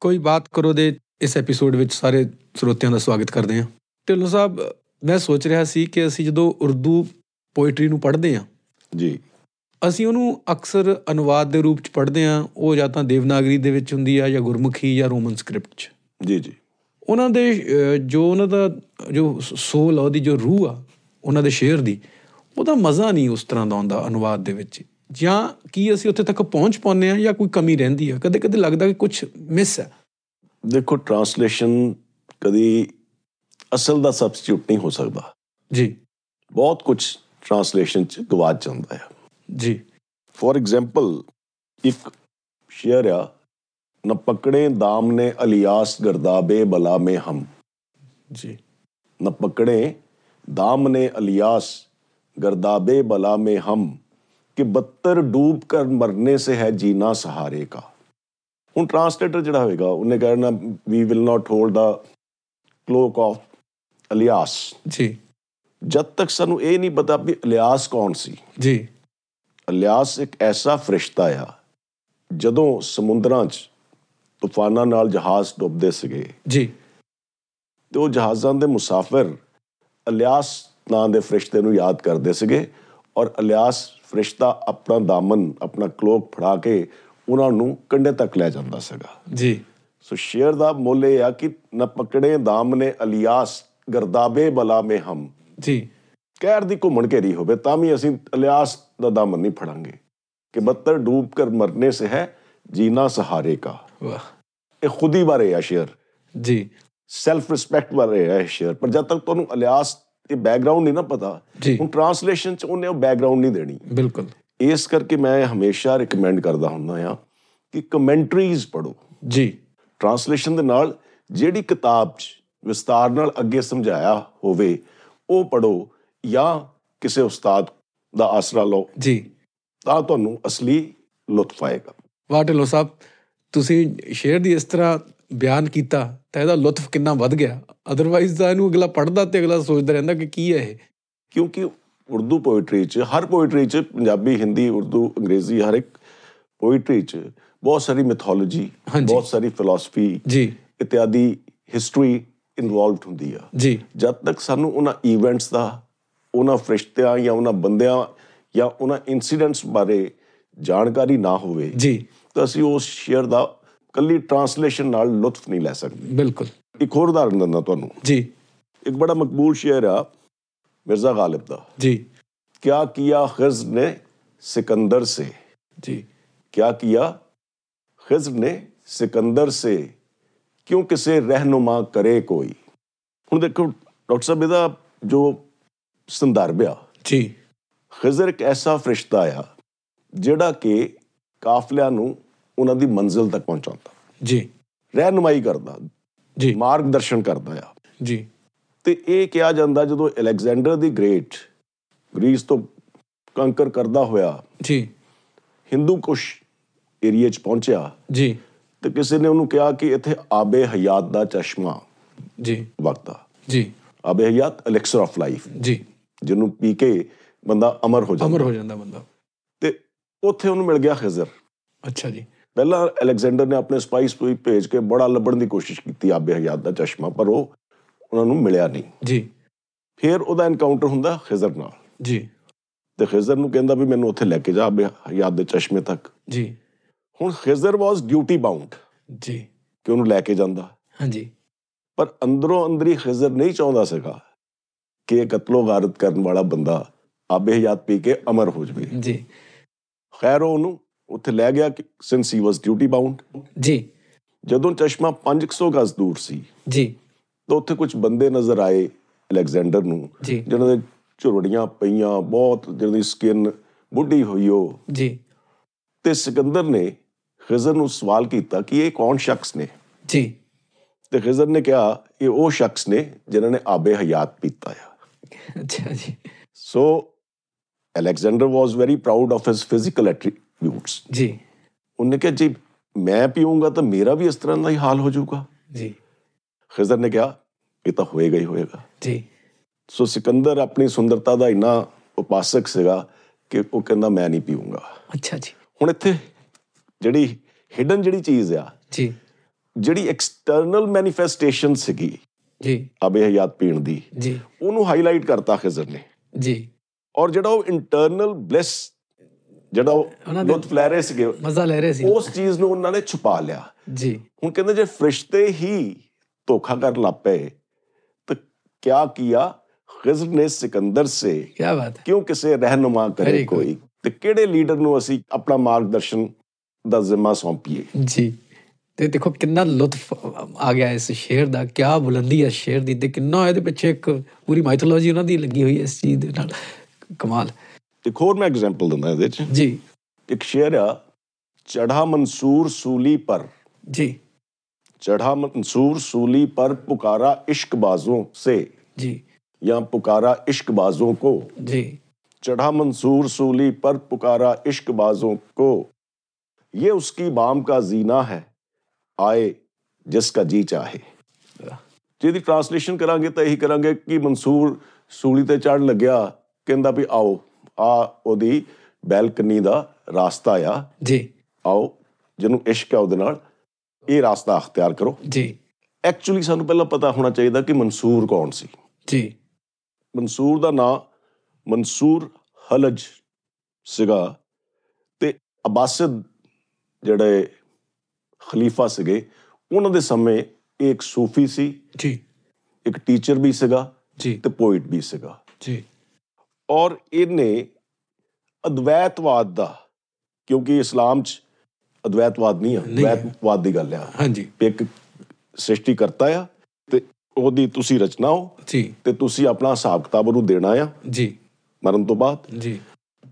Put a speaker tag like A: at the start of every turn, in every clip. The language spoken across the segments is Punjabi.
A: ਕੋਈ ਬਾਤ ਕਰੋ ਦੇ ਇਸ ਐਪੀਸੋਡ ਵਿੱਚ ਸਾਰੇ ਸਰੋਤਿਆਂ ਦਾ ਸਵਾਗਤ ਕਰਦੇ ਹਾਂ ਢਿੱਲੋਂ ਸਾਹਿਬ ਮੈਂ ਸੋਚ ਰਿਹਾ ਸੀ ਕਿ ਅਸੀਂ ਜਦੋਂ ਉਰਦੂ ਪੋਇਟਰੀ ਨੂੰ ਪੜ੍ਹਦੇ ਹਾਂ
B: ਜੀ
A: ਅਸੀਂ ਉਹਨੂੰ ਅਕਸਰ ਅਨੁਵਾਦ ਦੇ ਰੂਪ ਚ ਪੜ੍ਹਦੇ ਹਾਂ ਉਹ ਜਾਂ ਤਾਂ ਦੇਵਨਾਗਰੀ ਦੇ ਵਿੱਚ ਹੁੰਦੀ ਆ ਜਾਂ ਗੁਰਮੁਖੀ ਜਾਂ ਰੋਮਨ ਸਕ੍ਰਿਪਟ ਚ
B: ਜੀ ਜੀ
A: ਉਹਨਾਂ ਦੇ ਅਹ, ਜੋ ਉਹਨਾਂ ਦਾ ਜੋ ਸੋਲ ਆ ਉਹਦੀ ਜੋ ਰੂਹ ਆ ਉਹਨਾਂ ਦੇ ਸ਼ੇਰ ਦੀ ਉਹਦਾ ਮਜ਼ਾ ਨਹੀਂ ਉਸ ਤਰ੍ਹਾਂ ਦਾ ਆਉਂਦਾ ਅਨੁਵਾਦ ਦੇ ਵਿੱਚ ਜਾਂ ਕੀ ਅਸੀਂ ਉੱਥੇ ਤੱਕ ਪਹੁੰਚ ਪਾਉਂਦੇ ਆ ਜਾਂ ਕੋਈ ਕਮੀ ਰਹਿੰਦੀ ਆ ਕਦੇ ਕਦੇ ਲੱਗਦਾ ਕਿ ਕੁਝ ਮਿਸ ਹੈ
B: ਦੇਖੋ ਟਰਾਂਸਲੇਸ਼ਨ ਕਦੀ ਅਸਲ ਦਾ ਸਬਸਟੀਟਿਊਟ ਨਹੀਂ ਹੋ ਸਕਦਾ
A: ਜੀ
B: ਬਹੁਤ ਕੁਝ ਟਰਾਂਸਲੇਸ਼ਨ ਚ ਗਵਾਚ ਜਾਂਦਾ ਹੈ
A: ਜੀ
B: ਫੋਰ ਐਗਜ਼ਾਮਪਲ ਇੱਕ ਸ਼ੇਅਰ ਆ ਨਾ ਪਕੜੇ ਦਾਮ ਨੇ ਅਲਿਆਸ ਗਰਦਾਬੇ ਬਲਾ ਮੇ ਹਮ
A: ਜੀ
B: न पकड़े दाम ने अलियास गर्दाबे बला में हम कि बत्तर डूब कर मरने से है जीना सहारे का हूँ ट्रांसलेटर जड़ा होएगा उन्हें कहना we will not hold the cloak of alias
A: ਜੀ
B: जब तक सानू ये नहीं पता भी अलियास कौन सी
A: ਜੀ
B: ਅਲਿਆਸ ਇੱਕ ਐਸਾ ਫਰਿਸ਼ਤਾ ਆ ਜਦੋਂ ਸਮੁੰਦਰਾਂ 'ਚ ਤੂਫਾਨਾਂ ਨਾਲ ਜਹਾਜ਼ ਡੁੱਬਦੇ ਸੀਗੇ
A: ਜੀ
B: ਤੇ ਉਹ ਜਹਾਜ਼ਾਂ ਦੇ ਮੁਸਾਫਿਰ ਅਲਿਆਸ ਨਾਂ ਦੇ ਫਰਿਸ਼ਤੇ ਨੂੰ ਯਾਦ ਕਰਦੇ ਸੀਗੇ ਔਰ ਅਲਿਆਸ ਫਰਿਸ਼ਤਾ ਆਪਣਾ ਦਾਮਨ ਆਪਣਾ ਕਲੋਕ ਫੜਾ ਕੇ ਉਹਨਾਂ ਨੂੰ ਕੰਢੇ ਤੱਕ ਲੈ ਜਾਂਦਾ ਸੀਗਾ
A: ਜੀ
B: ਸੋ ਸ਼ੇਰ ਦਾ ਮੁੱਲ ਇਹ ਆ ਕਿ ਨਾ ਪਕੜੇ ਦਾਮ ਨੇ ਅਲਿਆਸ ਗਰਦਾਬੇ ਬਲਾ ਮੇ ਹਮ
A: ਜੀ
B: ਕਹਿਰ ਦੀ ਘੁੰਮਣ ਘੇਰੀ ਹੋਵੇ ਤਾਂ ਵੀ ਅਸੀਂ ਅਲਿਆਸ ਦਾ ਦਾਮਨ ਨਹੀਂ ਫੜਾਂਗੇ ਕਿ ਬੱਤਰ ਡੂਬ ਕਰ ਮਰਨੇ ਸੇ ਹੈ ਜੀਨਾ ਸਹਾਰੇ ਕਾ
A: ਵਾਹ
B: ਇਹ ਖੁਦੀ ਬਾਰੇ ਆ ਸ਼ੇਰ
A: ਜੀ
B: ਸੈਲਫ ਰਿਸਪੈਕਟ ਬਾਰੇ ਹੈ ਸ਼ੇਅਰ ਪਰ ਜਦ ਤੱਕ ਤੁਹਾਨੂੰ ਅਲਿਆਸ ਤੇ ਬੈਕਗ੍ਰਾਉਂਡ ਨਹੀਂ ਨਾ ਪਤਾ
A: ਜੀ
B: ਹੁਣ ਟਰਾਂਸਲੇਸ਼ਨ ਚ ਉਹਨੇ ਉਹ ਬੈਕਗ੍ਰਾਉਂਡ ਨਹੀਂ ਦੇਣੀ
A: ਬਿਲਕੁਲ
B: ਇਸ ਕਰਕੇ ਮੈਂ ਹਮੇਸ਼ਾ ਰეკਮੈਂਡ ਕਰਦਾ ਹੁੰਦਾ ਆ ਕਿ ਕਮੈਂਟਰੀਜ਼ ਪੜੋ
A: ਜੀ
B: ਟਰਾਂਸਲੇਸ਼ਨ ਦੇ ਨਾਲ ਜਿਹੜੀ ਕਿਤਾਬ ਚ ਵਿਸਤਾਰ ਨਾਲ ਅੱਗੇ ਸਮਝਾਇਆ ਹੋਵੇ ਉਹ ਪੜੋ ਜਾਂ ਕਿਸੇ ਉਸਤਾਦ ਦਾ ਆਸਰਾ ਲਓ
A: ਜੀ
B: ਤਾਂ ਤੁਹਾਨੂੰ ਅਸਲੀ ਲੁਤਫ ਆਏਗਾ
A: ਵਾਹ ਢਿੱਲੋਂ ਸਾਹਿਬ ਤੁਸੀਂ ਸ਼ੇਰ ਦੀ ਇਸ ਤਰ੍ਹਾਂ ਬਿਆਨ ਕੀਤਾ ਤਾਂ ਇਹਦਾ ਲੁਤਫ ਕਿੰਨਾ ਵੱਧ ਗਿਆ ਅਦਰਵਾਈਜ਼ ਤਾਂ ਇਹਨੂੰ ਅਗਲਾ ਪੜਦਾ ਤੇ ਅਗਲਾ ਸੋਚਦਾ ਰਹਿੰਦਾ ਕਿ ਕੀ ਹੈ ਇਹ
B: ਕਿਉਂਕਿ ਉਰਦੂ ਪੋਇਟਰੀ 'ਚ ਹਰ ਪੋਇਟਰੀ 'ਚ ਪੰਜਾਬੀ ਹਿੰਦੀ ਉਰਦੂ ਅੰਗਰੇਜ਼ੀ ਹਰ ਇੱਕ ਪੋਇਟਰੀ 'ਚ ਬਹੁਤ ਸਾਰੀ ਮਿਥੋਲੋਜੀ
A: ਹਾਂਜੀ।
B: ਬਹੁਤ ਸਾਰੀ ਫਿਲਾਸਫੀ
A: ਜੀ
B: ਇਤਿਆਦੀ ਹਿਸਟਰੀ ਇਨਵੋਲਵਡ ਹੁੰਦੀ ਆ
A: ਜੀ
B: ਜਦ ਤੱਕ ਸਾਨੂੰ ਉਹਨਾਂ ਇਵੈਂਟਸ ਦਾ ਉਹਨਾਂ ਫਰਿਸ਼ਤਿਆਂ ਜਾਂ ਉਹਨਾਂ ਬੰਦਿਆਂ ਜਾਂ ਉਹਨਾਂ ਇਨਸੀਡੈਂਟਸ ਬਾਰੇ ਜਾਣਕਾਰੀ ਨਾ ਹੋਵੇ
A: ਜੀ
B: ਤਾਂ ਅਸੀਂ ਉਸ ਸ਼ੇਅਰ ਦਾ ਕੱਲੀ ਟਰਾਂਸਲੇਸ਼ਨ ਨਾਲ ਲੁਤਫ ਨਹੀਂ ਲੈ ਸਕਦੇ
A: ਬਿਲਕੁਲ
B: ਇੱਕ ਹੋਰ ਉਦਾਹਰਨ ਦਿੰਦਾ ਤੁਹਾਨੂੰ
A: ਜੀ
B: ਇੱਕ ਬੜਾ ਮਕਬੂਲ ਸ਼ੇਅਰ ਆ ਮਿਰਜ਼ਾ ਗਾਲਿਬ ਦਾ
A: ਜੀ
B: क्या किया खज्र ने सिकंदर से
A: ਜੀ
B: क्या किया खज्र ने सिकंदर से क्यों किसे रहनुमा करे कोई ਹੁਣ ਦੇਖੋ ਡਾਕਟਰ ਸਾਹਿਬ ਇਹਦਾ ਜੋ ਸੰਦਰਭ ਆ
A: ਜੀ
B: ਖਜ਼ਰ ਇੱਕ ਐਸਾ ਫਰਿਸ਼ਤਾ ਆ ਜਿਹੜਾ ਕਿ ਕਾਫਲਿਆਂ ਨੂੰ ਉਹਨਾਂ ਦੀ ਮੰਜ਼ਿਲ ਤੱਕ ਪਹੁੰਚਾਉਂਦਾ
A: ਜੀ
B: ਰਹਿਨੁਮਾਈ ਕਰਦਾ
A: ਜੀ
B: ਮਾਰਗਦਰਸ਼ਨ ਕਰਦਾ ਆ
A: ਜੀ
B: ਤੇ ਇਹ ਕਿਹਾ ਜਾਂਦਾ ਜਦੋਂ ਅਲੈਗਜ਼ੈਂਡਰ ਦੀ ਗ੍ਰੇਟ ਗ੍ਰੀਸ ਤੋਂ ਕੰਕਰ ਕਰਦਾ ਹੋਇਆ
A: ਜੀ
B: ਹਿੰਦੂ ਕੁਸ਼ ਏਰੀਏ 'ਚ ਪਹੁੰਚਿਆ
A: ਜੀ
B: ਤੇ ਕਿਸੇ ਨੇ ਉਹਨੂੰ ਕਿਹਾ ਕਿ ਇੱਥੇ ਆਬੇ ਹਯਾਤ ਦਾ ਚਸ਼ਮਾ
A: ਜੀ
B: ਵਗਦਾ
A: ਜੀ
B: ਆਬੇ ਹਯਾਤ ਅਲੈਕਸਰ ਆਫ ਲਾਈਫ
A: ਜੀ
B: ਜਿਹਨੂੰ ਪੀ ਕੇ ਬੰਦਾ ਅਮਰ ਹੋ
A: ਅਮਰ
B: ਜਾਂਦਾ
A: ਹੋ ਜਾਂਦਾ ਬੰਦਾ
B: ਤੇ ਉੱਥੇ ਉਹਨੂੰ ਮਿਲ ਗਿਆ ਖਿਜ਼ਰ
A: ਅੱਛਾ ਜੀ ਪਹਿਲਾਂ
B: ਪਹਿਲਾਂ ਅਲੈਗਜ਼ੈਂਡਰ ਨੇ ਆਪਣੇ ਸਪਾਈਸ ਕੋਈ ਭੇਜ ਕੇ ਬੜਾ ਲੱਭਣ ਦੀ ਕੋਸ਼ਿਸ਼ ਕੀਤੀ ਆਬੇ ਹਯਾਤ ਦਾ ਚਸ਼ਮਾ ਪਰ ਉਹ ਉਹਨਾਂ ਨੂੰ ਮਿਲਿਆ ਨਹੀਂ
A: ਜੀ
B: ਫਿਰ ਉਹਦਾ ਐਨਕਾਊਂਟਰ ਹੁੰਦਾ ਖਿਜ਼ਰ ਨਾਲ
A: ਜੀ
B: ਤੇ ਖਿਜ਼ਰ ਨੂੰ ਕਹਿੰਦਾ ਵੀ ਮੈਨੂੰ ਉੱਥੇ ਲੈ ਕੇ ਜਾ ਆਬੇ ਹਯਾਤ ਦੇ ਚਸ਼ਮੇ ਤੱਕ
A: ਜੀ
B: ਹੁਣ ਖਿਜ਼ਰ ਵਾਸ ਡਿਊਟੀ ਬਾਉਂਡ
A: ਜੀ
B: ਕਿ ਉਹਨੂੰ ਲੈ ਕੇ ਜਾਂਦਾ
A: ਹਾਂਜੀ
B: ਪਰ ਅੰਦਰੋਂ ਅੰਦਰੀ ਖਿਜ਼ਰ ਨਹੀਂ ਚਾਹੁੰਦਾ ਸੀਗਾ ਕਿ ਇਹ ਕਤਲੋ ਗਾਰਤ ਕਰਨ ਵਾਲਾ ਬੰਦਾ ਆਬੇ ਹਯਾਤ ਪੀ ਕੇ ਅਮਰ ਹੋ ਜਵੇ
A: ਜੀ
B: ਖੈਰ ਉਹ ਉਹਨੂੰ ਉੱਥੇ ਲੈ ਗਿਆ ਕਿ since he was duty bound
A: ਜੀ
B: ਜਦੋਂ ਚਸ਼ਮਾ 500 ਗਜ਼ ਦੂਰ ਸੀ
A: ਜੀ
B: ਤਾਂ ਉੱਥੇ ਕੁਝ ਬੰਦੇ ਨਜ਼ਰ ਆਏ ਅਲੈਗਜ਼ੈਂਡਰ ਨੂੰ
A: ਜੀ
B: ਜਿਨ੍ਹਾਂ ਦੇ ਝੁਰੜੀਆਂ ਪਈਆਂ ਬਹੁਤ ਜਿਹਨਾਂ ਦੀ ਸਕਿਨ ਬੁੱਢੀ ਹੋਈ ਉਹ
A: ਜੀ
B: ਤੇ ਸਿਕੰਦਰ ਨੇ ਖਿਜ਼ਰ ਨੂੰ ਸਵਾਲ ਕੀਤਾ ਕਿ ਇਹ ਕੌਣ ਸ਼ਖਸ ਨੇ
A: ਜੀ
B: ਤੇ ਖਿਜ਼ਰ ਨੇ ਕਿਹਾ ਇਹ ਉਹ ਸ਼ਖਸ ਨੇ ਜਿਨ੍ਹਾਂ ਨੇ ਆਬੇ ਹਯਾਤ ਪੀਤਾ ਆ
A: ਅੱਛਾ ਜੀ
B: So Alexander was very proud of his physical attributes.
A: ਜੀ
B: ਉਹਨੇ ਕਿਹਾ ਜੀ ਮੈਂ ਪੀਊਂਗਾ ਤਾਂ ਮੇਰਾ ਵੀ ਇਸ ਤਰ੍ਹਾਂ ਦਾ ਹੀ ਹਾਲ ਹੋ ਜਾਊਗਾ
A: ਜੀ
B: ਖਿਜ਼ਰ ਨੇ ਕਿਹਾ ਇਹ ਤਾਂ ਹੋਏਗਾ ਹੀ ਹੋਏਗਾ
A: ਜੀ
B: ਸੋ ਸਿਕੰਦਰ ਆਪਣੀ ਸੁੰਦਰਤਾ ਦਾ ਇੰਨਾ ਉਪਾਸਕ ਸੀਗਾ ਕਿ ਉਹ ਕਹਿੰਦਾ ਮੈਂ ਨਹੀਂ ਪੀਊਂਗਾ
A: ਅੱਛਾ ਜੀ
B: ਹੁਣ ਇੱਥੇ ਜਿਹੜੀ ਹਿਡਨ ਜਿਹੜੀ ਚੀਜ਼ ਆ
A: ਜੀ
B: ਜਿਹੜੀ ਐਕਸਟਰਨਲ ਮੈਨੀਫੈਸਟੇਸ਼ਨ ਸੀਗੀ
A: ਜੀ
B: ਆਬੇ ਹਯਾਤ ਪੀਣ ਦੀ
A: ਜੀ
B: ਉਹਨੂੰ ਹਾਈਲਾਈਟ ਕਰਤਾ ਖਿਜ਼ਰ ਨੇ
A: ਜੀ
B: ਔਰ ਜਿਹੜਾ ਉਹ ਇੰਟਰਨਲ ਬਲਿਸ ਜਿਹੜਾ ਉਹ
A: ਉਹਨਾਂ ਦੇ-
B: ਲੁਤਫ ਲੈ ਰਹੇ ਸੀਗੇ
A: ਮਜ਼ਾ ਲੈ ਰਹੇ ਸੀ
B: ਉਸ ਚੀਜ਼ ਨੂੰ ਉਹਨਾਂ ਨੇ ਛੁਪਾ ਲਿਆ
A: ਜੀ
B: ਹੁਣ ਕਹਿੰਦੇ ਜੇ ਫਰਿਸ਼ਤੇ ਹੀ ਧੋਖਾ ਕਰਨ ਲੱਗ ਪਏ ਤਾਂ ਕਿਆ ਕੀਆ ਖਿਜ਼ਰ ਨੇ ਸਿਕੰਦਰ ਸੇ
A: ਕੀ ਬਾਤ ਹੈ
B: ਕਿਉਂ ਕਿਸੇ ਰਹਿਨੁਮਾ ਕਰੇ
A: ਕਰੇ
B: ਕੋਈ ਤੇ ਕਿਹੜੇ ਲੀਡਰ ਨੂੰ ਅਸੀਂ ਆਪਣਾ ਮਾਰਗਦਰਸ਼ਨ ਦਾ ਜ਼ਿੰਮਾ ਸੌਂਪੀਏ
A: ਜੀ ਤੇ ਦੇਖੋ ਕਿੰਨਾ ਲੁਤਫ ਆ ਗਿਆ ਇਸ ਸ਼ੇਰ ਦਾ ਕੀ ਬੁਲੰਦੀ ਹੈ ਸ਼ੇਰ ਦੀ ਤੇ ਕਿੰਨਾ ਇਹਦੇ ਪਿੱਛੇ ਇੱਕ ਪੂਰੀ ਮਾਈਥੋਲੋਜੀ ਉਹਨਾਂ ਦੀ ਲੱਗੀ ਹੋਈ ਹੈ ਇਸ ਚੀਜ਼ ਦੇ ਨਾਲ ਕਮਾਲ
B: ਤੇ ਇੱਕ ਹੋਰ ਮੈਂ ਐਗਜ਼ਾਮਪਲ ਦਿੰਦਾ ਇਹਦੇ ਚ
A: ਜੀ
B: ਇੱਕ ਸ਼ੇਰ ਆ ਚੜਾ ਮਨਸੂਰ ਸੂਲੀ ਪਰ
A: ਜੀ
B: ਚੜਾ ਮਨਸੂਰ ਸੂਲੀ ਪਰ ਪੁਕਾਰਾ ਇਸ਼ਕ ਬਾਜ਼ੋਂ ਸੇ
A: ਜੀ
B: या पुकारा इश्क बाजों को
A: ਜੀ
B: चढ़ा मंसूर सूली पर पुकारा इश्क बाजों को ये उसकी बाम का जीना है आए जिसका जी चाहे ਜੇ ਦੀ ਟ੍ਰਾਂਸਲੇਸ਼ਨ ਕਰਾਂਗੇ ਤਾਂ ਇਹੀ ਕਰਾਂਗੇ ਕਿ ਮਨਸੂਰ ਸੂਲੀ ਤੇ ਚੜਨ ਲੱਗਿਆ ਕਹਿੰਦਾ ਵੀ ਆਓ ਆ ਉਹਦੀ ਬੈਲਕਨੀ ਦਾ ਰਾਸਤਾ ਆ
A: ਜੀ
B: ਆਓ ਜਿਹਨੂੰ ਇਸ਼ਕ ਆ ਉਹਦੇ ਨਾਲ ਇਹ ਰਾਸਤਾ ਅਖਤਿਆਰ ਕਰੋ
A: ਜੀ
B: ਐਕਚੁਅਲੀ ਸਾਨੂੰ ਪਹਿਲਾਂ ਪਤਾ ਹੋਣਾ ਚਾਹੀਦਾ ਕਿ ਮਨਸੂਰ ਕੌਣ ਸੀ
A: ਜੀ
B: ਮਨਸੂਰ ਦਾ ਨਾਂ ਮਨਸੂਰ ਹਲਜ ਸੀਗਾ ਤੇ ਅਬਾਸਿਦ ਜਿਹੜੇ ਖਲੀਫਾ ਸੀਗੇ ਉਹਨਾਂ ਦੇ ਸਮੇਂ ਇਹ ਇੱਕ ਸੂਫੀ ਸੀ
A: ਜੀ
B: ਇੱਕ ਟੀਚਰ ਵੀ ਸੀਗਾ
A: ਜੀ
B: ਤੇ ਪੋਇਟ ਵੀ ਸੀਗਾ
A: ਜੀ
B: ਔਰ ਇਹਨੇ ਅਦਵੈਤਵਾਦ ਦਾ ਕਿਉਂਕਿ ਇਸਲਾਮ 'ਚ ਅਦਵੈਤਵਾਦ ਨਹੀਂ ਆ
A: ਨਹੀਂ ਹੈ।
B: ਅਦਵੈਤਵਾਦ ਦੀ ਗੱਲ ਆ
A: ਹਾਂਜੀ
B: ਵੀ ਇੱਕ ਸ੍ਰਿਸ਼ਟੀ ਕਰਤਾ ਆ ਤੇ ਉਹਦੀ ਤੁਸੀਂ ਰਚਨਾ ਹੋ
A: ਜੀ
B: ਤੇ ਤੁਸੀਂ ਆਪਣਾ ਹਿਸਾਬ ਕਿਤਾਬ ਉਹਨੂੰ ਦੇਣਾ ਆ
A: ਜੀ
B: ਮਰਨ ਤੋਂ ਬਾਅਦ
A: ਜੀ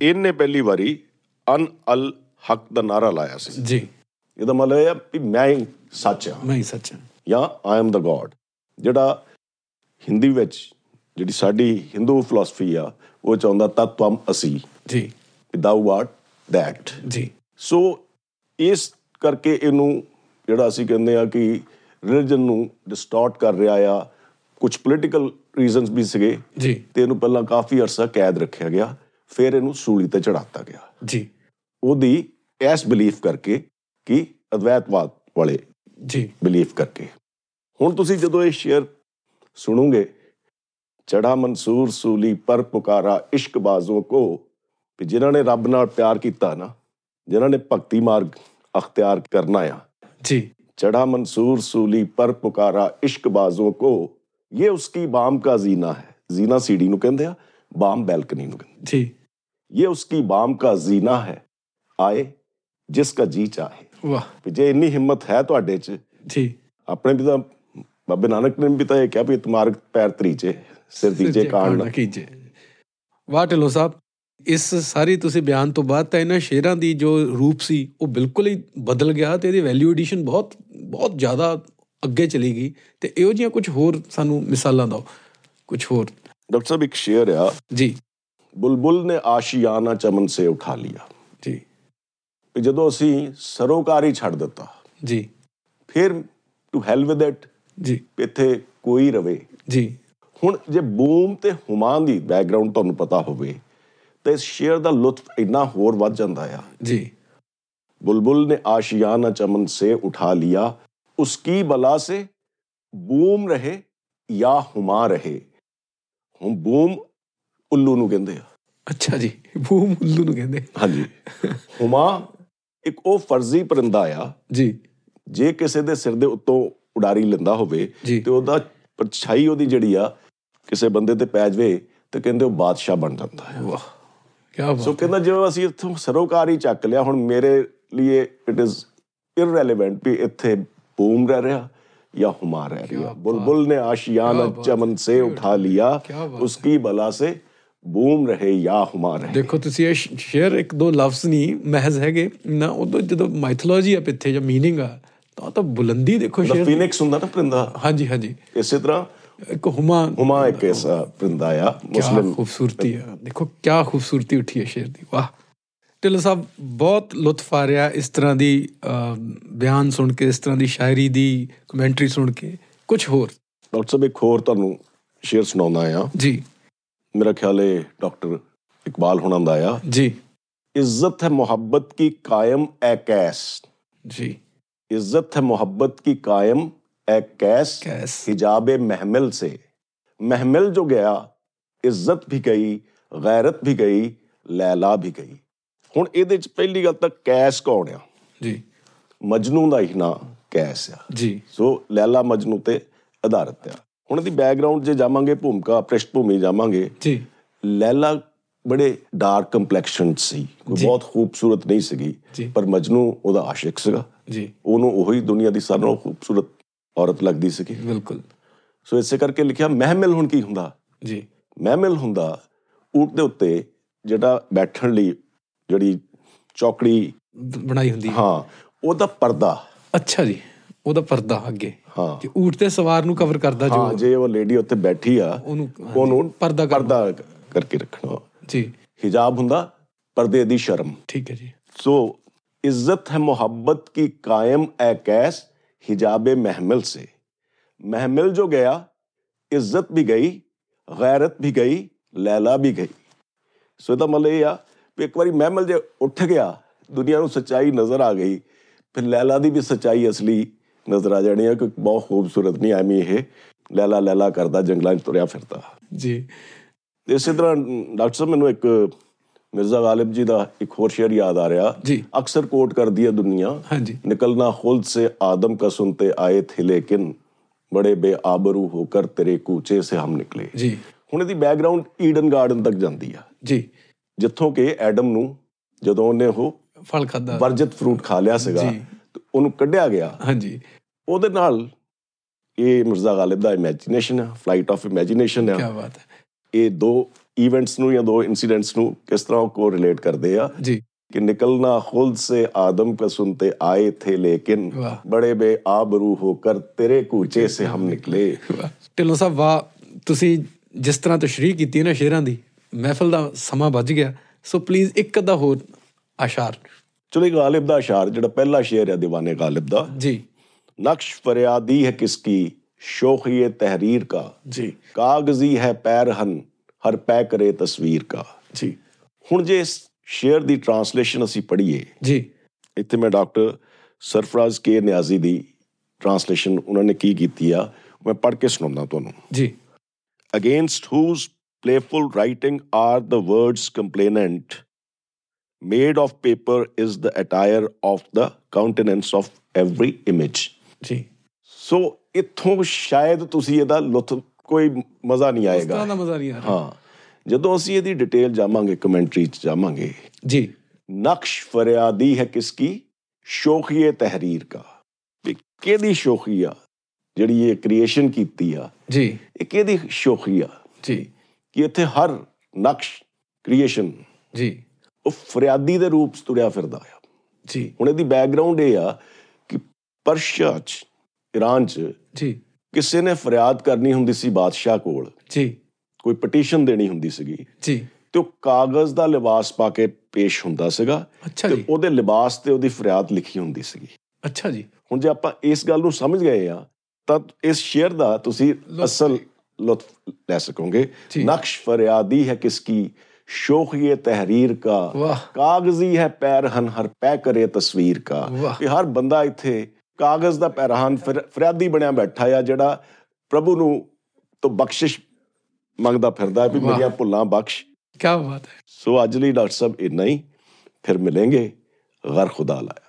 B: ਇਹਨੇ ਪਹਿਲੀ ਵਾਰੀ ਅਨ ਅਲ ਹਕ ਦਾ ਨਾਰਾ ਲਾਇਆ ਸੀ
A: ਜੀ
B: ਇਹਦਾ ਮਤਲਬ ਇਹ ਆ ਵੀ ਮੈਂ ਹੀ ਸੱਚ ਹਾਂ
A: ਮੈਂ ਹੀ ਸੱਚ ਹਾਂ
B: ਜਾਂ ਆਈ ਐਮ ਦਾ ਗੋਡ ਜਿਹੜਾ ਹਿੰਦੀ ਵਿੱਚ ਜਿਹੜੀ ਸਾਡੀ ਹਿੰਦੂ ਫਿਲਾਸਫੀ ਆ ਉਹ ਚਾਹੁੰਦਾ ਤਤਵਮ ਅਸੀਂ
A: ਜੀ
B: ਥਾਊ ਆਰ ਦੈਟ
A: ਜੀ
B: ਸੋ ਇਸ ਕਰਕੇ ਇਹਨੂੰ ਜਿਹੜਾ ਅਸੀਂ ਕਹਿੰਦੇ ਆ ਕਿ ਰਿਲੀਜਨ ਨੂੰ ਡਿਸਟਾਰਟ ਕਰ ਰਿਹਾ ਆ ਕੁਝ ਪੋਲੀਟੀਕਲ ਰੀਜ਼ਨਸ ਵੀ ਸੀਗੇ
A: ਜੀ
B: ਤੇ ਇਹਨੂੰ ਪਹਿਲਾਂ ਕਾਫੀ ਅਰਸਾ ਕੈਦ ਰੱਖਿਆ ਗਿਆ ਫਿਰ ਇਹਨੂੰ ਸੂਲੀ ਤੇ ਚੜਾਤਾ ਗਿਆ
A: ਜੀ
B: ਉਹਦੀ ਐਸ ਬਿਲੀਫ ਕਰਕੇ ਕਿ ਅਦਵੈਤਵਾਦ ਵਾਲੇ
A: ਜੀ
B: ਬਿਲੀਫ ਕਰਕੇ ਹੁਣ ਤੁਸੀਂ ਜਦੋਂ ਇਹ ਸ਼ੇਅਰ ਸੁਣੋਗੇ ਚੜਾ ਮਨਸੂਰ ਸੂਲੀ ਪਰ ਪੁਕਾਰਾ ਇਸ਼ਕ ਬਾਜ਼ੋਂ ਕੋ ਵੀ ਜਿਨ੍ਹਾਂ ਨੇ ਰੱਬ ਨਾਲ ਪਿਆਰ ਕੀਤਾ ਨਾ ਜਿਨ੍ਹਾਂ ਨੇ ਭਗਤੀ ਮਾਰਗ ਅਖਤਿਆਰ ਕਰਨਾ ਆ
A: ਜੀ
B: चढ़ा मंसूर सूली पर पुकारा इश्क बाजों को ये उसकी बाम का जीना है जीना सीढ़ी नु कहते हैं बाम बैलकनी नु कहते
A: ਜੀ
B: हैं। ये उसकी बाम का जीना है आए जिसका जी चाहे
A: ਵਾਹ
B: ਵੀ ਜੇ ਇੰਨੀ ਹਿੰਮਤ ਹੈ ਤੁਹਾਡੇ ਚ
A: ਜੀ
B: ਆਪਣੇ ਵੀ ਤਾਂ ਬਾਬੇ ਨਾਨਕ ਨੇ ਵੀ ਤਾਂ ਇਹ ਕਿਹਾ ਵੀ ਤਮਾਰਕ ਪੈਰ ਤਰੀਚੇ ਸਿਰ ਦੀਜੇ ਕਾਣ ਨਾ।
A: ਕੀਜੇ ਵਾਹ ਢਿੱਲੋਂ ਸਾਹਿਬ ਇਸ ਸਾਰੀ ਤੁਸੀਂ ਬਿਆਨ ਤੋਂ ਬਾਅਦ ਤਾਂ ਇਹਨਾਂ ਸ਼ੇਰਾਂ ਦੀ ਜੋ ਰੂਪ ਸੀ ਉਹ ਬਿਲਕੁਲ ਹੀ ਬਦਲ ਗਿਆ ਤੇ ਇਹਦੀ ਵੈਲਿਊ ਐਡੀਸ਼ਨ ਬਹੁਤ ਬਹੁਤ ਜ਼ਿਆਦਾ ਅੱਗੇ ਚਲੀ ਗਈ ਤੇ ਇਹੋ ਜਿਹੀਆਂ ਕੁਝ ਹੋਰ ਸਾਨੂੰ ਮਿਸਾਲਾਂ ਦਿਓ ਕੁਝ ਹੋਰ
B: ਡਾਕਟਰ ਸਾਹਿਬ ਇੱਕ ਸ਼ੇਰ ਆ
A: ਜੀ
B: ਬੁਲਬੁਲ ਨੇ ਆਸ਼ੀਆਨਾ ਚਮਨ ਸੇ ਉਠਾ ਲਿਆ
A: ਜੀ
B: ਵੀ ਜਦੋਂ ਅਸੀਂ ਸਰੋਕਾਰੀ ਛੱਡ ਦਿੱਤਾ
A: ਜੀ
B: ਫਿਰ ਟੂ ਹੈਲ ਵਿਦ ਇਟ
A: ਜੀ
B: ਇੱਥੇ ਕੋਈ ਰਵੇ
A: ਜੀ
B: ਹੁਣ ਜੇ ਬੂਮ ਤੇ ਹੁਮਾਂ ਦੀ ਬੈਕਗ੍ਰਾਉਂਡ ਤੁਹਾਨੂੰ ਪਤਾ ਹੋਵੇ ਤਾਂ ਇਸ ਸ਼ੇਰ ਦਾ ਲੁਤਫ ਇੰਨਾ ਹੋਰ ਵੱਧ ਜਾਂਦਾ ਆ
A: ਜੀ
B: ਬੁਲਬੁਲ ਨੇ ਆਸ਼ਿਆਨਾ ਚਮਨ ਸੇ ਉਠਾ ਲਿਆ ਉਸकी ਬਲਾ ਸੇ ਬੂਮ ਰਹੇ ਜਾਂ ਹੁਮਾ ਰਹੇ ਹੁਣ ਬੂਮ ਉੱਲੂ ਨੂੰ ਕਹਿੰਦੇ ਆ
A: ਅੱਛਾ ਜੀ ਭੂ ਮੁੱਲੂ ਨੂੰ ਕਹਿੰਦੇ
B: ਹਾਂਜੀ ਹੁਮਾ ਇੱਕ ਉਹ ਫਰਜ਼ੀ ਪਰਿੰਦਾ ਆ
A: ਜੀ
B: ਜੇ ਕਿਸੇ ਦੇ ਸਿਰ ਦੇ ਉੱਤੋਂ ਉਡਾਰੀ ਲੈਂਦਾ ਹੋਵੇ
A: ਜੀ
B: ਤੇ ਉਹਦਾ ਪਰਛਾਈ ਉਹਦੀ ਜਿਹੜੀ ਆ ਕਿਸੇ ਬੰਦੇ ਤੇ ਪੈ ਜਾਵੇ ਤੇ ਕਹਿੰਦੇ ਉਹ ਬਾਦਸ਼ਾਹ ਬਣ ਜਾਂਦਾ ਹੈ
A: ਵਾਹ ਕੀ
B: ਸੋ
A: ਬਾਤ
B: ਕਹਿੰਦਾ ਜਿਵੇਂ ਅਸੀਂ ਇੱਥੋਂ ਸਰੋਕਾਰੀ ਚੱਕ ਲਿਆ ਹੁਣ ਮੇਰੇ ਲਈ ਇਟ ਇਜ਼ ਇਰਰੈਲੇਵੈਂਟ ਵੀ ਇੱਥੇ ਬੂਮ ਰਹਿ ਰਿਹਾ ਜਾਂ ਹੁਮਾ ਰਹਿ ਰਿਹਾ
A: ਬਾਤ।
B: ਬੁਲਬੁਲ ਨੇ ਆਸ਼ਿਆਨਾ
A: ਕਿਆ ਬਾਤ।
B: ਚਮਨ ਸੇ ਉਠਾ ਲਿਆ
A: ਕਿਆ ਬਾਤ।
B: ਉਸकी ਬਲਾ ਸੇ ਬੂਮ ਰਹੇ ਜਾਂ ਹੁਮਾ ਰਹੇ
A: ਦੇਖੋ ਤੁਸੀਂ ਇਹ ਸ਼- ਸ਼ੇਅਰ ਇੱਕ ਦੋ ਲਫ਼ਜ਼ ਨਹੀਂ ਮਹਿਜ਼ ਹੈਗੇ ਨਾ ਉਦੋਂ ਜਦੋਂ ਮਾਈਥੋਲੋਜੀ ਆ ਪਿੱਛੇ ਜਾਂ ਮੀਨਿੰਗ ਆ ਤਾਂ ਉਹ ਤਾਂ ਬੁਲੰਦੀ ਦੇਖੋ
B: ਦਾ
A: ਸ਼ੇਅਰ ਦੀ।
B: ਫੀਨਿਕਸ ਹੁੰਦਾ ਨਾ ਪਰਿੰਦਾ
A: ਹਾਂਜੀ ਹਾਂਜੀ
B: ਇਸੇ ਤਰ੍ਹਾਂ
A: ਇੱਕ ਹੁਮਾ
B: ਹੁਮਾ ਇੱਕ ਐਸਾ ਪਰਿੰਦਾ ਆ
A: ਕਿਆ
B: ਮੁਸਲਿਮ
A: ਖੂਬਸੂਰਤੀ ਆ ਦੇਖੋ ਕਿਆ ਖੂਬਸੂਰਤੀ ਉੱਠੀ ਹੈ ਸ਼ੇਰ ਦੀ ਵਾਹ ਢਿੱਲੋਂ ਸਾਹਿਬ ਬਹੁਤ ਲੁਤਫ ਆ ਰਿਹਾ ਇਸ ਤਰ੍ਹਾਂ ਦੀ ਅਮ, ਬਿਆਨ ਸੁਣ ਕੇ ਇਸ ਤਰ੍ਹਾਂ ਦੀ ਸ਼ਾਇਰੀ ਦੀ ਕਮੈਂਟਰੀ ਸੁਣ ਕੇ ਕੁਝ ਹੋਰ
B: ਡਾਕਟਰ ਸਾਹਿਬ ਇੱਕ ਹੋਰ ਤੁਹਾਨੂੰ ਸ਼ੇਰ ਸੁਣਾਉਂਦਾ ਆ
A: ਜੀ
B: ਮੇਰਾ ਖਿਆਲ ਹੈ ਡਾਕਟਰ ਇਕਬਾਲ ਹੁਣਾਂ ਦਾ ਆ
A: ਜੀ
B: ਇੱਜ਼ਤ ਹੈ ਮੁਹੱਬਤ ਕੀ ਕਾਇਮ ਐ ਕੈਸ
A: ਜੀ
B: इज्जत है मोहब्बत की कायम ए कैस
A: कैस
B: हिजाब महमल से महमल जो गया ਇੱਜ਼ਤ ਵੀ ਗਈ ਗੈਰਤ ਵੀ ਗਈ ਲੈਲਾ ਵੀ ਗਈ ਹੁਣ ਇਹਦੇ ਚ ਪਹਿਲੀ ਗੱਲ ਤਾਂ ਕੈਸ ਕੌਣ ਆ
A: ਜੀ
B: ਮਜਨੂ ਦਾ ਹੀ ਨਾਂ ਕੈਸ ਆ
A: ਜੀ
B: ਸੋ ਲੈਲਾ ਮਜਨੂ ਤੇ ਆਧਾਰਿਤ ਆ ਹੁਣ ਦੀ ਬੈਕਗ੍ਰਾਉਂਡ ਜੇ ਜਾਵਾਂਗੇ ਭੂਮਿਕਾ ਭੂਮੀ ਜਾਵਾਂਗੇ
A: ਜੀ
B: ਲੈਲਾ ਬੜੇ ਡਾਰਕ ਕੰਪਲੈਕਸ਼ਨ ਸੀ ਕੋਈ
A: ਜੀ।
B: ਬਹੁਤ ਖੂਬਸੂਰਤ ਨਹੀਂ ਸੀਗੀ
A: ਜੀ।
B: ਪਰ ਮਜਨੂ ਉਹਦਾ ਆਸ਼ਿਕ ਸੀਗਾ
A: ਜੀ
B: ਉਹਨੂੰ ਉਹੀ ਦੁਨੀਆ ਦੀ ਸਾਰਿਆਂ ਨਾਲੋਂ ਖੂਬਸੂਰਤ ਔਰਤ ਲੱਗਦੀ ਸੀਗੀ
A: ਬਿਲਕੁਲ
B: ਸੋ ਇਸੇ ਕਰਕੇ ਲਿਖਿਆ ਮਹਿਮਲ ਹੁਣ ਕੀ ਹੁੰਦਾ
A: ਜੀ
B: ਮਹਿਮਲ ਹੁੰਦਾ ਊਟ ਦੇ ਉੱਤੇ ਜਿਹੜਾ ਬੈਠਣ ਲਈ ਜਿਹੜੀ ਚੌਕੜੀ
A: ਬ- ਬਣਾਈ ਹੁੰਦੀ ਹੈ
B: ਹਾਂ ਉਹਦਾ ਪਰਦਾ
A: ਅੱਛਾ ਜੀ ਉਹਦਾ ਪਰਦਾ ਅੱਗੇ
B: ਹਾਂ
A: ਤੇ ਊਠ ਤੇ ਸਵਾਰ ਨੂੰ ਕਵਰ ਕਰਦਾ
B: ਹਾਂ
A: ਜੋ
B: ਜੇ ਉਹ ਲੇਡੀ ਉੱਤੇ ਬੈਠੀ ਆ
A: ਉਹਨੂੰ
B: ਉਹਨੂੰ
A: ਪਰਦਾ ਕਰ
B: ਪਰਦਾ ਕਰਕੇ ਰੱਖਣਾ
A: ਜੀ
B: ਹਿਜਾਬ ਹੁੰਦਾ ਪਰਦੇ ਦੀ ਸ਼ਰਮ
A: ਠੀਕ ਹੈ ਜੀ
B: ਸੋ ਇੱਜ਼ਤ ਹੈ ਮੁਹੱਬਤ ਕੀ ਕਾਇਮ ਐ ਕੈਸ ਹਿਜਾਬੇ ਮਹਿਮਲ ਸੇ ਮਹਿਮਲ ਜੋ ਗਿਆ ਇੱਜ਼ਤ ਵੀ ਗਈ ਗੈਰਤ ਵੀ ਗਈ ਲੈਲਾ ਵੀ ਗਈ ਸੋ ਇਹਦਾ ਮਤਲਬ ਇਹ ਆ ਵੀ ਇੱਕ ਵਾਰੀ ਮਹਿਮਲ ਜੇ ਉੱਠ ਗਿਆ ਦੁਨੀਆ ਨੂੰ ਸੱਚਾਈ ਨਜ਼ਰ ਆ ਗਈ ਫਿਰ ਲੈਲਾ ਦੀ ਵੀ ਸੱਚਾਈ ਅਸਲੀ ਨਜ਼ਰ ਆ ਜਾਣੀ ਆ ਕਿ ਬਹੁਤ ਖੂਬਸੂਰਤ ਨਹੀਂ ਐਵੇਂ ਇਹ ਲੈਲਾ ਲੈਲਾ ਕਰਦਾ ਜੰਗਲਾਂ 'ਚ ਤੁਰਿਆ ਫਿਰਦਾ
A: ਜੀ
B: ਤੇ ਇਸੇ ਤਰ੍ਹਾਂ ਅਮ, ਡਾਕਟਰ ਸਾਹਿਬ ਮੈਨੂੰ ਇੱਕ ਮਿਰਜ਼ਾ ਗਾਲਿਬ ਜੀ ਦਾ ਇੱਕ ਹੋਰ ਸ਼ੇਅਰ ਯਾਦ ਆ ਰਿਹਾ
A: ਜੀ।
B: ਅਕਸਰ ਕੋਟ ਕਰਦੀ ਹੈ ਦੁਨੀਆ
A: ਹਾਂਜੀ
B: निकलना खुल्द से आदम का सुनते आए थे लेकिन बड़े बेआबरू होकर तेरे कूचे से हम निकले
A: ਜੀ
B: ਹੁਣ ਇਹਦੀ ਬੈਕਗ੍ਰਾਉਂਡ ਈਡਨ ਗਾਰਡਨ ਤੱਕ ਜਾਂਦੀ ਆ
A: ਜੀ
B: ਜਿੱਥੋਂ ਕਿ ਐਡਮ ਨੂੰ ਜਦੋਂ ਉਹਨੇ ਉਹ
A: ਫਲ ਖਾਦਾ
B: ਵਰਜਿਤ ਫਰੂਟ ਖਾ ਲਿਆ ਸੀਗਾ
A: ਜੀ।
B: ਤੇ ਉਹਨੂੰ ਕੱਢਿਆ ਗਿਆ
A: ਹਾਂਜੀ
B: ਉਹਦੇ ਨਾਲ ਇਹ ਮਿਰਜ਼ਾ ਗਾਲਿਬ ਦਾ ਇਮੇਜਿਨੇਸ਼ਨ ਹੈ ਫਲਾਈਟ ਆਫ ਇਮੇਜਿਨੇਸ਼ਨ
A: ਕੀ
B: ਹੈ
A: ਬਾਤ ਹੈ
B: ਇਹ ਦੋ ਇਵੈਂਟਸ ਨੂੰ ਜਾਂ ਦੋ ਇਨਸੀਡੈਂਟਸ ਨੂੰ ਕਿਸ ਤਰ੍ਹਾਂ ਕੋ ਰਿਲੇਟ ਕਰਦੇ ਆ
A: ਜੀ
B: कि निकलना खुद से आदम का सुनते आए थे लेकिन
A: वाह।
B: बड़े बेआबरू होकर तेरे कूचे से हम निकले
A: ਵਾਹ। ਢਿੱਲੋਂ ਸਾਹਿਬ ਵਾਹ ਤੁਸੀਂ ਜਿਸ ਤਰ੍ਹਾਂ ਤਸ਼ਰੀਹ ਕੀਤੀ ਹੈ ਨਾ ਸ਼ੇਰਾਂ ਦੀ ਮਹਿਫਲ ਦਾ ਸਮਾਂ ਬਚ ਗਿਆ ਸੋ ਪਲੀਜ਼ ਇੱਕ ਅੱਧਾ ਹੋਰ ਅਸ਼ਾਰ
B: ਚਲੋ ਇੱਕ ਗਾਲਿਬ ਦਾ ਅਸ਼ਾਰ ਜਿਹੜਾ ਪਹਿਲਾ ਸ਼ੇਰ ਹੈ دیਵਾਨੇ ਗਾਲਿਬ ਦਾ
A: ਜੀ
B: नक्श फरियादी है किसकी शोखिए तहरीर का
A: ਜੀ
B: कागजी है पैरहन हर पै करे तस्वीर का
A: ਜੀ
B: ਹੁਣ ਜੇ ਇਸ ਸ਼ੇਰ ਦੀ ਟਰਾਂਸਲੇਸ਼ਨ ਅਸੀਂ ਪੜ੍ਹੀਏ
A: ਜੀ
B: ਇੱਥੇ ਮੈਂ ਡਾਕਟਰ ਸਰਫਰਾਜ਼ ਕੇ ਨਿਆਜ਼ੀ ਦੀ ਟਰਾਂਸਲੇਸ਼ਨ ਉਹਨਾਂ ਨੇ ਕੀ ਕੀਤੀ ਆ ਮੈਂ ਪੜ੍ਹ ਕੇ ਸੁਣਾਉਂਦਾ ਤੁਹਾਨੂੰ
A: ਜੀ
B: against whose playful writing are the words complainant. Made of paper is the attire of the countenance of every image.
A: ਜੀ
B: ਸੋ ਇੱਥੋਂ ਸ਼ਾਇਦ ਤੁਸੀਂ ਇਹਦਾ ਲੁਤਫ ਕੋਈ ਮਜ਼ਾ ਨਹੀਂ
A: ਇਸ ਤਰ੍ਹਾਂ
B: ਆਏਗਾ
A: ਦਾ ਮਜ਼ਾ ਨਹੀਂ ਆ ਰਿਹਾ
B: ਹਾਂ ਜਦੋਂ ਅਸੀਂ ਇਹਦੀ ਡਿਟੇਲ ਜਾਵਾਂਗੇ ਕਮੈਂਟਰੀ ਚ ਜਾਵਾਂਗੇ
A: ਜੀ
B: ਨਕਸ਼ ਫਰਿਆਦੀ ਹੈ ਕਿਸਕੀ ਸ਼ੌਕੀਏ ਤਹਿਰੀਰ ਕਾ ਵੀ ਕਿਹਦੀ ਸ਼ੌਕੀਆ ਜਿਹੜੀ ਇਹ ਕ੍ਰੀਏਸ਼ਨ ਕੀਤੀ ਆ
A: ਜੀ
B: ਇਹ ਕਿਹਦੀ ਸ਼ੌਕੀਆ
A: ਜੀ
B: ਕਿ ਇੱਥੇ ਹਰ ਨਕਸ਼ ਕ੍ਰੀਏਸ਼ਨ
A: ਜੀ
B: ਉਹ ਫਰਿਆਦੀ ਦੇ ਰੂਪ 'ਚ ਤੁਰਿਆ ਫਿਰਦਾ ਆ
A: ਜੀ
B: ਹੁਣ ਇਹਦੀ ਬੈਕਗ੍ਰਾਉਂਡ ਇਹ ਆ ਕਿ ਪਰਸ਼ੀਆ 'ਚ ਈਰਾਨ 'ਚ
A: ਜੀ
B: ਕਿਸੇ ਨੇ ਫਰਿਆਦ ਕਰਨੀ ਹੁੰਦੀ ਸੀ ਬਾਦਸ਼ਾਹ ਕੋਲ
A: ਜੀ
B: ਕੋਈ ਪਟੀਸ਼ਨ ਦੇਣੀ ਹੁੰਦੀ ਸੀਗੀ
A: ਜੀ
B: ਤੇ ਉਹ ਕਾਗਜ਼ ਦਾ ਲਿਬਾਸ ਪਾ ਕੇ ਪੇਸ਼ ਹੁੰਦਾ ਸੀਗਾ
A: ਅੱਛਾ
B: ਤੇ
A: ਜੀ
B: ਉਹਦੇ ਲਿਬਾਸ ਤੇ ਉਹਦੀ ਫਰਿਆਦ ਲਿਖੀ ਹੁੰਦੀ ਸੀਗੀ
A: ਅੱਛਾ ਜੀ
B: ਹੁਣ ਜੇ ਆਪਾਂ ਇਸ ਗੱਲ ਨੂੰ ਸਮਝ ਗਏ ਆ ਤਾਂ ਇਸ ਸ਼ੇਰ ਦਾ ਤੁਸੀਂ
A: ਲੁਤਫ-
B: ਅਸਲ ਲੁਤਫ ਲੈ ਸਕੋਗੇ
A: ਜੀ।
B: ਨਕਸ਼ ਫਰਿਆਦੀ ਹੈ ਕਿਸਕੀ ਸ਼ੌਕੀਏ ਤਹਿਰੀਰ ਕਾ
A: ਵਾਹ।
B: ਕਾਗਜ਼ੀ ਹੈ ਪੈਰਹਨ ਹਰ ਪੈ ਕਰੇ ਤਸਵੀਰ ਕਾ
A: ਵਾਹ।
B: ਕਿ ਹਰ ਬੰਦਾ ਇੱਥੇ ਕਾਗਜ਼ ਦਾ ਪੈਰਹਨ ਫਿਰ- ਫਰਿਆਦੀ ਬਣਿਆ ਬੈਠਾ ਆ ਜਿਹੜਾ ਪ੍ਰਭੂ ਨੂੰ ਤੋਂ ਬਖਸ਼ਿਸ਼ ਮੰਗਦਾ ਫਿਰਦਾ ਹੈ ਵੀ
A: ਵਾਹ।
B: ਮੇਰੀਆਂ ਭੁੱਲਾਂ ਬਖਸ਼
A: ਕੀ ਬਾਤ ਹੈ
B: ਸੋ ਅੱਜ ਲਈ ਡਾਕਟਰ ਸਾਹਿਬ ਇੰਨਾ ਹੀ ਫਿਰ ਮਿਲਾਂਗੇ ਗਰ ਖੁਦਾ ਲਾਇਆ